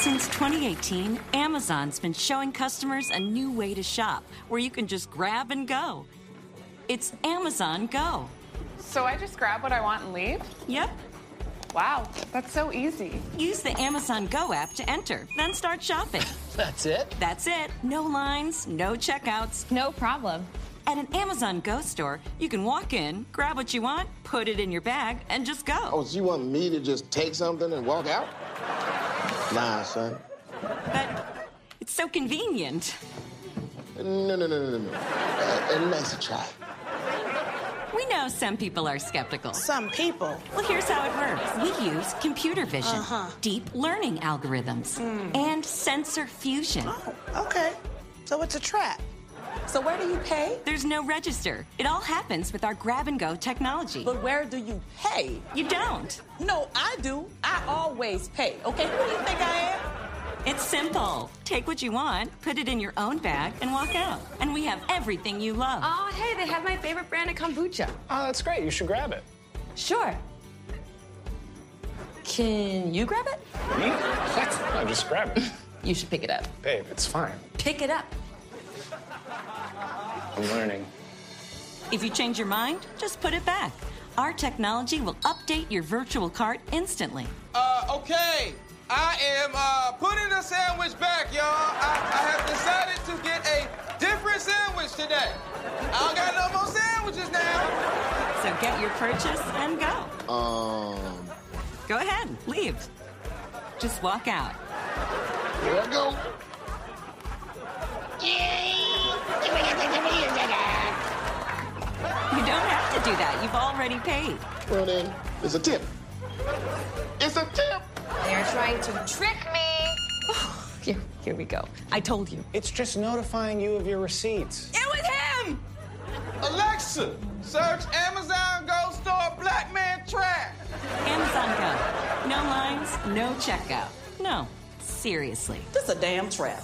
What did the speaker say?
Since 2018, Amazon's been showing customers a new way to shop where you can just grab and go. It's Amazon Go. So I just grab what I want and leave? Yep. Wow, that's so easy. Use the Amazon Go app to enter, then start shopping. That's it? That's it. No lines, no checkouts. No problem. At an Amazon Go store, you can walk in, grab what you want, put it in your bag, and just Oh, go. so you want me to just take something and walk out? Nah, son. But it's so convenient. No, no, no, no, no, no. Uh, uh, nice try. We know some people are skeptical. Some people. Well, here's how it works. We use computer vision, deep learning algorithms, and sensor fusion. Oh, okay. So it's a trap. So where do you pay? There's no register. It all happens with our grab and go technology. But where do you pay? You don't. No, I do. I always pay. Okay, who do you think I am? It's simple. Take what you want, put it in your own bag, and walk out. And we have everything you love. Oh, hey, they have my favorite brand of kombucha. Oh, that's great. You should grab it. Sure. Can you grab it? Me? What? No, just grab it. You should pick it up. Babe, it's fine. Pick it up. I'm learning. If you change your mind, just put it back. Our technology will update your virtual cart instantly. Uh, okay. I am uh, putting the sandwich back, y'all. Uh, I, I have decided to get a different sandwich today. I don't got no more sandwiches now. So get your purchase and go. Um, Go ahead, leave. Just walk out. here I go. You don't have to do that. You've already paid. Well then, it's a tip. It's a tip. They're trying to trick me. here, here we go. I told you. It's just notifying you of your receipts. It was him! Alexa, search Amazon Go Store Black Man Trash. Amazon Go. No lines, no checkout. No, seriously. This a damn trap.